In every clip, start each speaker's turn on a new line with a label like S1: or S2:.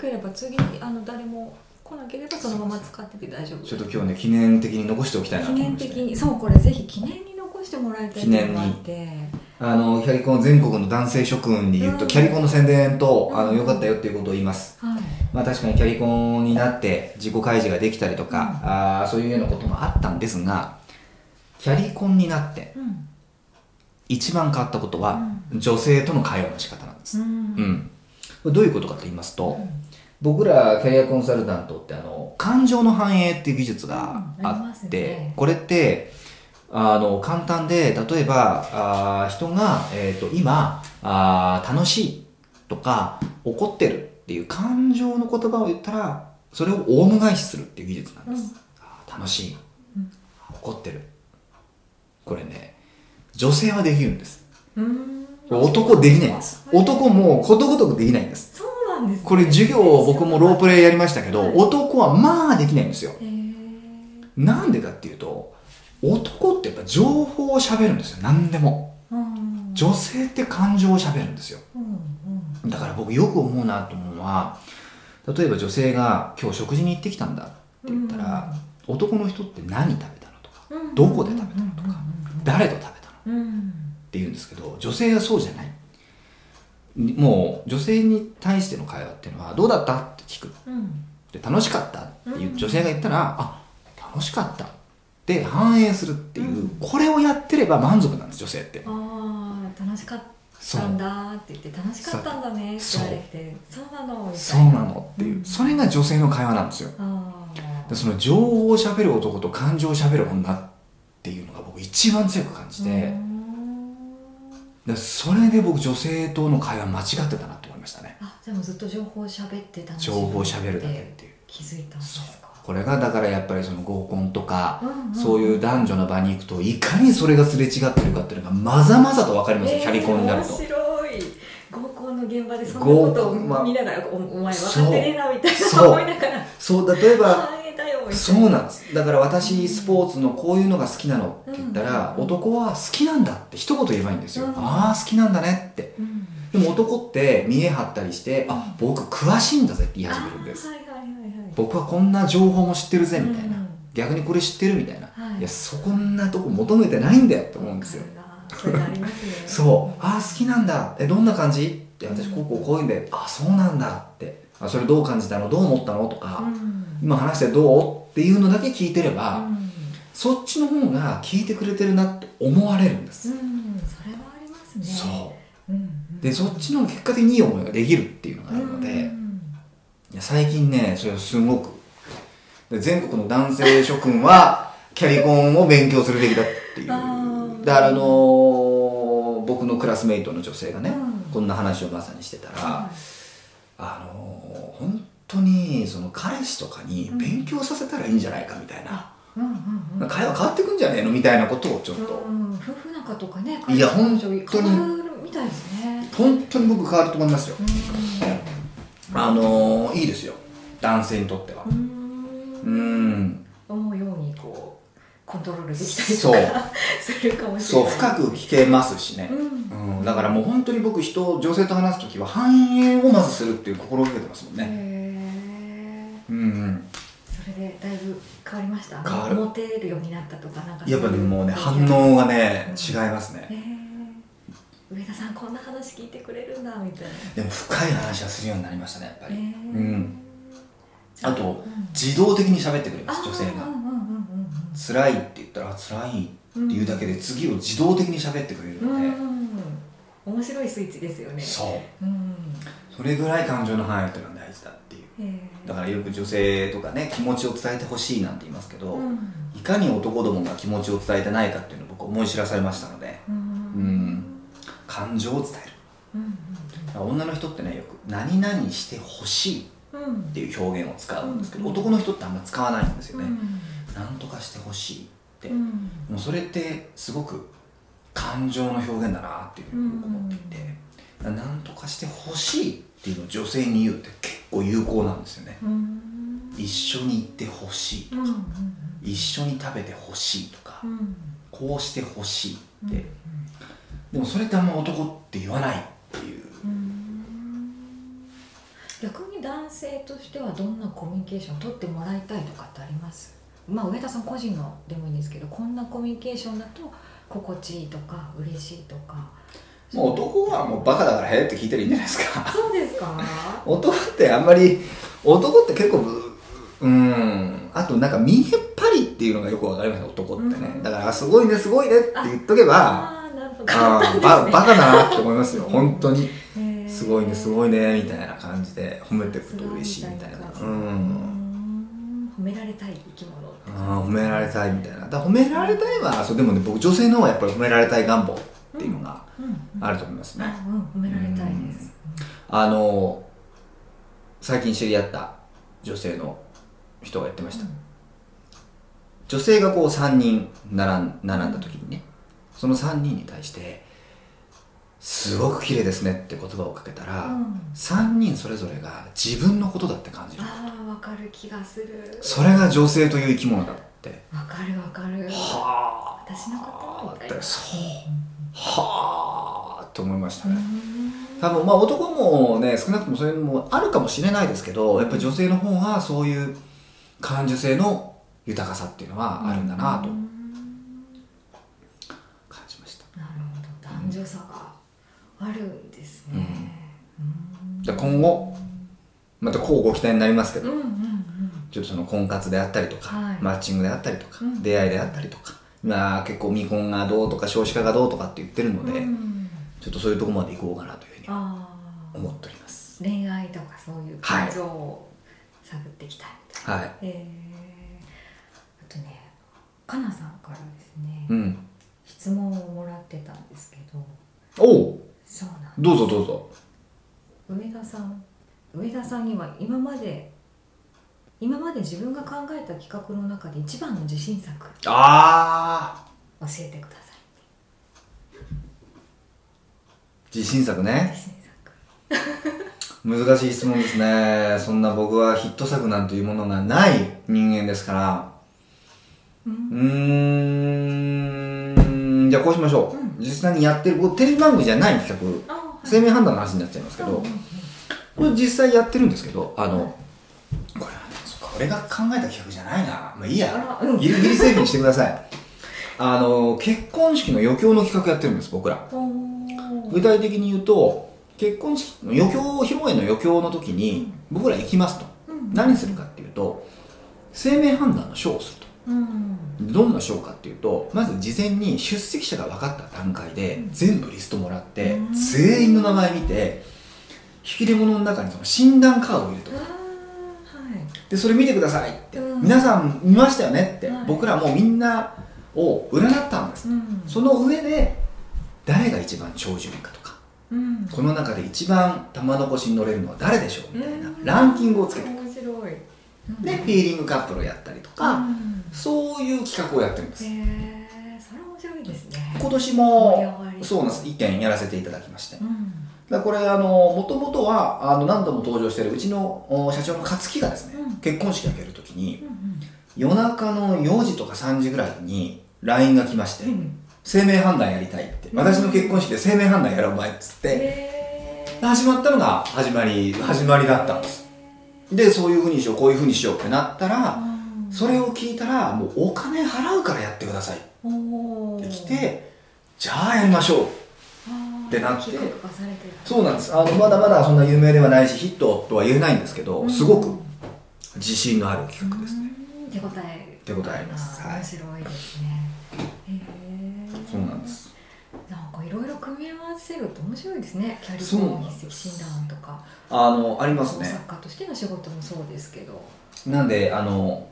S1: ければ次あの誰も来なければそのまま使ってて大丈夫
S2: ちょっと今日ね記念的に残しておきたいなと
S1: 記
S2: 思い
S1: 念
S2: まし
S1: 的
S2: て
S1: にそうこれぜひ記念に残してもらいたいっていうのがあって
S2: あのキャリコン全国の男性諸君に言うと、
S1: うん
S2: キャリコンの宣伝と、
S1: うん
S2: あの良かったよっていうことを言います
S1: はい
S2: まあ確かにキャリコンになって自己開示ができたりとか、あーそういうようなこともあったんですがキャリコンになって
S1: うん
S2: 一番変わったことは、女性との会話の仕方なんです、
S1: う
S2: うんんこれどういうことかと言いますと、
S1: うん
S2: 僕らキャリアコンサルタントってあの感情の反映っていう技術が
S1: うんあり
S2: あ
S1: ます
S2: っ
S1: よ
S2: て、
S1: ね
S2: これってあの簡単で例えばあー人が、えー、と今あー楽しいとか怒ってるっていう感情の言葉を言ったらそれをオウム返しするっていう技術なんです、あー楽しい、
S1: うん
S2: 怒ってるこれね女性はできるんです
S1: うん
S2: 男できないんです男もことごとくできないんです
S1: そうなんですね
S2: これ授業を僕もロープレイやりましたけど、
S1: はい
S2: 男はまあできないんですよ
S1: へー
S2: なんでかっていうと男ってやっぱ情報を喋るんですよ何でも
S1: うん
S2: 女性って感情を喋るんですよ
S1: うんうん
S2: だから僕よく思うなと思うのは例えば女性が「今日食事に行ってきたんだ」って言ったら、男の人って何食べたのとか
S1: うん
S2: どこで食べたのとか誰と食べた
S1: うん
S2: の
S1: うん
S2: って言うんですけど女性はそうじゃないもう女性に対しての会話っていうのは「どうだった?」って聞く
S1: うん
S2: で楽しかったっていううん女性が言ったら、あ楽しかったって反映するっていう、
S1: うん
S2: これをやってれば満足なんです女性って
S1: ああ楽しかったんだって言って楽しかったんだねって言われてそうなのみたいな
S2: そうなのっていう、
S1: うん
S2: それが女性の会話なんですよ
S1: ああ
S2: でその情報を喋る男と感情を喋る女っていうのが僕一番強く感じ
S1: う
S2: て、
S1: ん
S2: でそれで僕女性との会話間違ってたなと思いましたね
S1: あでもずっと情報喋って楽しい
S2: 情報を喋るだけっていう
S1: 気づいたんで
S2: そう
S1: すか
S2: これがだからやっぱりその合コンとか、
S1: うんうん
S2: そういう男女の場に行くといかにそれがすれ違ってるかっていうのがまざまざと分かりますよ、キャリコンになると
S1: えー面白い合コンの現場でそんなこと
S2: 合コンは
S1: を見ながらおお前
S2: そ
S1: 分
S2: う
S1: かってねえなみたい
S2: そう
S1: な思いながら
S2: そう 例えば
S1: 反映だよみたいな
S2: そうなんですだから私スポーツのこういうのが好きなのって言ったら、
S1: うん
S2: 男は好きなんだって一言言えばいいんですよ、
S1: うん
S2: ああ好きなんだねって
S1: うん
S2: でも男って見え張ったりして、あ僕詳しいんだぜって言い
S1: あ
S2: 始めるんです
S1: ーはいはいはいはい
S2: 僕はこんな情報も知ってるぜみたいな、
S1: うん
S2: 逆にこれ知ってるみたいな、、
S1: はいい
S2: やそこんなとこ求めてないんだよって思うんですよ、
S1: わかるなそれありますね
S2: そう、ああ、好きなんだ、え、どんな感じって、私、こうこうこういうんで、ああ、そうなんだって、あそれどう感じたの、どう思ったのとか、
S1: うん
S2: 今話してどうっていうのだけ聞いてれば、
S1: うん
S2: そっちの方が聞いてくれてるなって思われるんです。
S1: うん、それはありますね。
S2: そ
S1: うんうん、
S2: う。で、そっちの方が結果的にいい思いができるっていうのがあるので、
S1: う
S2: い
S1: ん
S2: や最近ね、それをすごく、で全国の男性諸君は、キャリコンを勉強するべきだってい
S1: あー
S2: う。だから、あのー僕のクラスメイトの女性がね、
S1: うん
S2: こんな話をまさにしてたら、
S1: はい
S2: あのー本当にその彼氏とかに勉強させたらいいんじゃないかみたいな、
S1: うんうんうん
S2: 会話変わってくんじゃねえのみたいなことをちょっと、
S1: うん、夫婦仲とかね、
S2: いや
S1: 彼女
S2: 本当に
S1: 変わるみたいですね。
S2: 本当に僕変わると思いますよ、あのーいいですよ男性にとっては
S1: うん、うん
S2: うん
S1: 思うようにこうコントロールできたり
S2: そ
S1: と
S2: う
S1: かするかもしれ
S2: そう
S1: ない。
S2: 深く聞けますしね、
S1: うん。
S2: うん、だからもう本当に僕人女性と話す時は繁栄をまずするっていう心がけてますもん
S1: へ
S2: ね、
S1: え。
S2: うんうん、
S1: それでだいぶ変わりました。
S2: 変わる
S1: モテるようになったとかなんか
S2: やっぱね
S1: そうい
S2: もうね反
S1: へ
S2: 応がね違いますね
S1: え。上田さんこんな話聞いてくれるんだみたいな。
S2: でも深い話はするようになりましたねやっぱり、
S1: へえ
S2: うんあと
S1: うん
S2: 自動的に喋ってくれます女性
S1: あーう
S2: が
S1: んうんうん
S2: 辛いって言ったらあ辛いって
S1: うんうん。
S2: 言うだけで次を自動的に喋ってくれる
S1: う
S2: ので、
S1: ん。面白いスイッチですよね。
S2: そう
S1: うん。
S2: それぐらい感情の範囲っていうのは大事だってい
S1: へ
S2: う
S1: え
S2: だからよく女性とかね気持ちを伝えてほしいなんて言いますけど、
S1: うん
S2: いかに男どもが気持ちを伝えてないかっていうのを僕思い知らされましたので
S1: うん
S2: うん感情を伝える
S1: うん
S2: だから女の人ってねよく「何々してほしい」
S1: うんうん
S2: っていう表現を使うんですけど、
S1: うん
S2: 男の人ってあんま使わないんですよ
S1: う
S2: ね、
S1: ん
S2: なんとかしてほしいって、
S1: うん
S2: もうそれってすごく感情の表現だなっていうふうに僕思っていて、なんとかしてほしいっていうのを女性に言うって結構有効なんですよね、
S1: うん
S2: 一緒に行ってほしいと
S1: うん
S2: か、
S1: うん
S2: 一緒に食べてほしいとか、
S1: うん
S2: こうしてほしいって、
S1: で
S2: でもそれってあんま男って言わないっていう
S1: うん逆に男性としてはどんなコミュニケーションを取ってもらいたいとかってありますまあ上田さん個人のでもいいんですけどこんなコミュニケーションだと心地いいとか嬉しいとか
S2: もう男はもうバカだからへえって聞いたらいいんじゃないですか
S1: そうですか
S2: 男ってあんまり男って結構うんあとなんか見えっぱりっていうのがよくわかります男ってね、
S1: うん
S2: だからすごいねすごいねって言っとけば
S1: ああなるほど
S2: あ
S1: 簡単
S2: ー
S1: です
S2: ば
S1: ね
S2: バカだなって思いますよ本当に
S1: へー
S2: すごいねすごいねみたいな感じで褒めてくと嬉しいみたいな
S1: さすがみたいな感じ
S2: うん
S1: うーん褒められたい生き物って
S2: あー褒められたいみたいなだから褒められたいはそうでもね僕女性の方はやっぱり褒められたい願望っていうのが
S1: うんうん
S2: あると思いますね、
S1: あうん褒められたいです
S2: あの最近知り合った女性の人がやってました、
S1: うん
S2: 女性がこう3人並ん並んだ時にねその3人に対して「すごく綺麗ですね」って言葉をかけたら、
S1: うん
S2: 3人それぞれが自分のことだって感じる
S1: ああわかる気がする
S2: それが女性という生き物だって
S1: わかるわかる
S2: はあ
S1: 私のことみたいな
S2: ってそうはあと思いました
S1: うー
S2: ね、
S1: ん
S2: 多分まあ男もね少なくともそういうのもあるかもしれないですけどやっぱり女性の方がそういう感受性の豊かさっていうのはあるんだなと
S1: うー
S2: 感
S1: ん
S2: じました、
S1: なるほど男女差があるんですねう
S2: で
S1: ーん
S2: 今後また交互期待になりますけ
S1: うん
S2: ど、
S1: うん
S2: ちょっとその婚活であったりとか、
S1: はい
S2: マッチングであったりとか、
S1: うん
S2: 出会いであったりとかまあ結構未婚がどうとか少子化がどうとかって言ってる
S1: う
S2: の
S1: ん
S2: で、
S1: うん
S2: ちょっとそういうとこまで行こうかなというふうに
S1: ああ
S2: 思っております
S1: 恋愛とかそういう感情を探っていきたいみたいな
S2: はい
S1: えーあとねかなさんからですね、
S2: うん
S1: 質問をもらってたんですけど
S2: おう
S1: そうなん
S2: どうぞどうぞ
S1: 上田さん上田さんには今まで今まで自分が考えた企画の中で一番の自信作教
S2: ああ
S1: えてくださ
S2: 自信作ね
S1: い自信作
S2: 難しい質問ですね。そんな僕はヒット作なんていうものがない人間ですから。
S1: うん
S2: うーん、じゃあこうしましょう。
S1: うん
S2: 実際にやってる、こうテレビ番組じゃない企
S1: あ
S2: 画、生命判断の話になっちゃいますけ
S1: うんう
S2: ど
S1: ん、
S2: これ実際やってるんですけど、あ
S1: はい
S2: の、これはね、そっか俺が考えた企画じゃないな。まあいい
S1: あ
S2: や。
S1: らうん
S2: ギリギリセーフにしてください。 あの、結婚式の余興の企画やってるんです、僕ら。
S1: お
S2: 具
S1: ー
S2: 体的に言うと結婚式の余興披露宴の余興の時に僕ら行きますと
S1: うん
S2: 何するかっていうと生命判断の賞をすると
S1: うん
S2: どんな賞かっていうとまず事前に出席者が分かった段階で
S1: うん
S2: 全部リストもらって
S1: うん
S2: 全員の名前見て引き出物の中にその診断カードを入れると
S1: あーはい
S2: でそれ見てくださいって
S1: うん
S2: 皆さん見ましたよねって
S1: はい
S2: 僕らもうみんなを占ったんです
S1: うん
S2: その上で誰が一番長寿かとか
S1: うん
S2: この中で一番玉残しに乗れるのは誰でしょうみたいなランキングをつけて
S1: 面白い
S2: でフ
S1: ッ
S2: ィーリングカップルをやったりとかそういう企画をやってるんで
S1: へ
S2: す
S1: えそれ面白いですね
S2: 今年
S1: 盛り
S2: も
S1: 上がり
S2: そうなんです1件やらせていただきまして
S1: うん
S2: だからこれあのもともとはあの何度も登場してるうちのお社長の勝木がですね
S1: うん
S2: 結婚式挙げるときに
S1: うんうん
S2: 夜中の4時とか3時ぐらいに LINE が来まして
S1: うん
S2: 「生命判断やりたい」って「私の結婚式で生命判断やろうお前」っつって
S1: へー
S2: 始まったのが始まり始まりだったんですでそういうふうにしようこういうふうにしようってなったら
S1: うん
S2: それを聞いたらもうお金払うからやってくださいっ
S1: お
S2: て
S1: ー
S2: 来てじゃあやりましょう
S1: あー
S2: ってなって
S1: 企画化されてる
S2: そうなんですあのまだまだそんな有名ではないしヒットとは言えないんですけど
S1: うん
S2: すごく自信のある企画ですね
S1: うん手応え
S2: 手応えあります
S1: あー
S2: はい
S1: 面白いですねへえ
S2: そうなんです
S1: なんかいろいろ組み合わせると面白いですねキャリ
S2: そう
S1: コ
S2: な
S1: ン
S2: んで
S1: 筆跡
S2: す
S1: 診断とか
S2: あのあります
S1: 創
S2: ね
S1: 作家としての仕事もそうですけど
S2: なんであの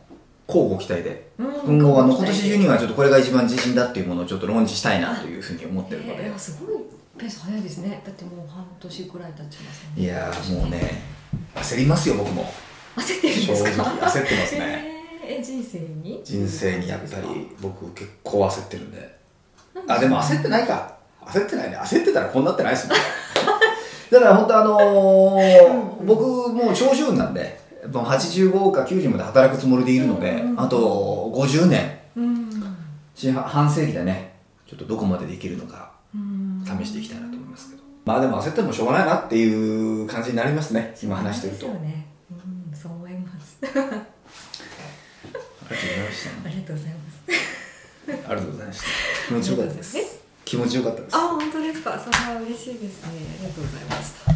S2: 交互期待で
S1: 今
S2: 今後あの今年中に
S1: は
S2: はちょっとこれが一番自信だっていうものをちょっと論じしたいなというふうに思ってるの
S1: え
S2: で
S1: ー、すごいペース早いですねだってもう半年くらい経ちますね
S2: いやーもうね焦りますよ僕 も
S1: 焦ってるん
S2: 正
S1: です
S2: 直
S1: か
S2: 焦ってますね
S1: えーえ人生に
S2: 人生にやっぱり僕結構焦ってるんで
S1: なんか
S2: あでも焦ってないか焦ってないね焦ってたらこうなってないですもん だから本当あのー
S1: うん
S2: 僕もう長寿運なんでもう85か90まで働くつもりでいるので、
S1: うんうん
S2: あと50年
S1: うん
S2: 四半半世紀でねちょっとどこまでできるのか
S1: うん
S2: 試していきたいなと思いますけど、まあでも焦ってもしょうがないなっていう感じになりますね今話してると
S1: そうですよね。うん、そう思います。
S2: ありがとうございました
S1: ありがとうございます。
S2: ありがとうございま した気持ちよかったです
S1: え
S2: 気持ちよかったです
S1: あ、本当ですか。それは嬉しいですね。ありがとうございました。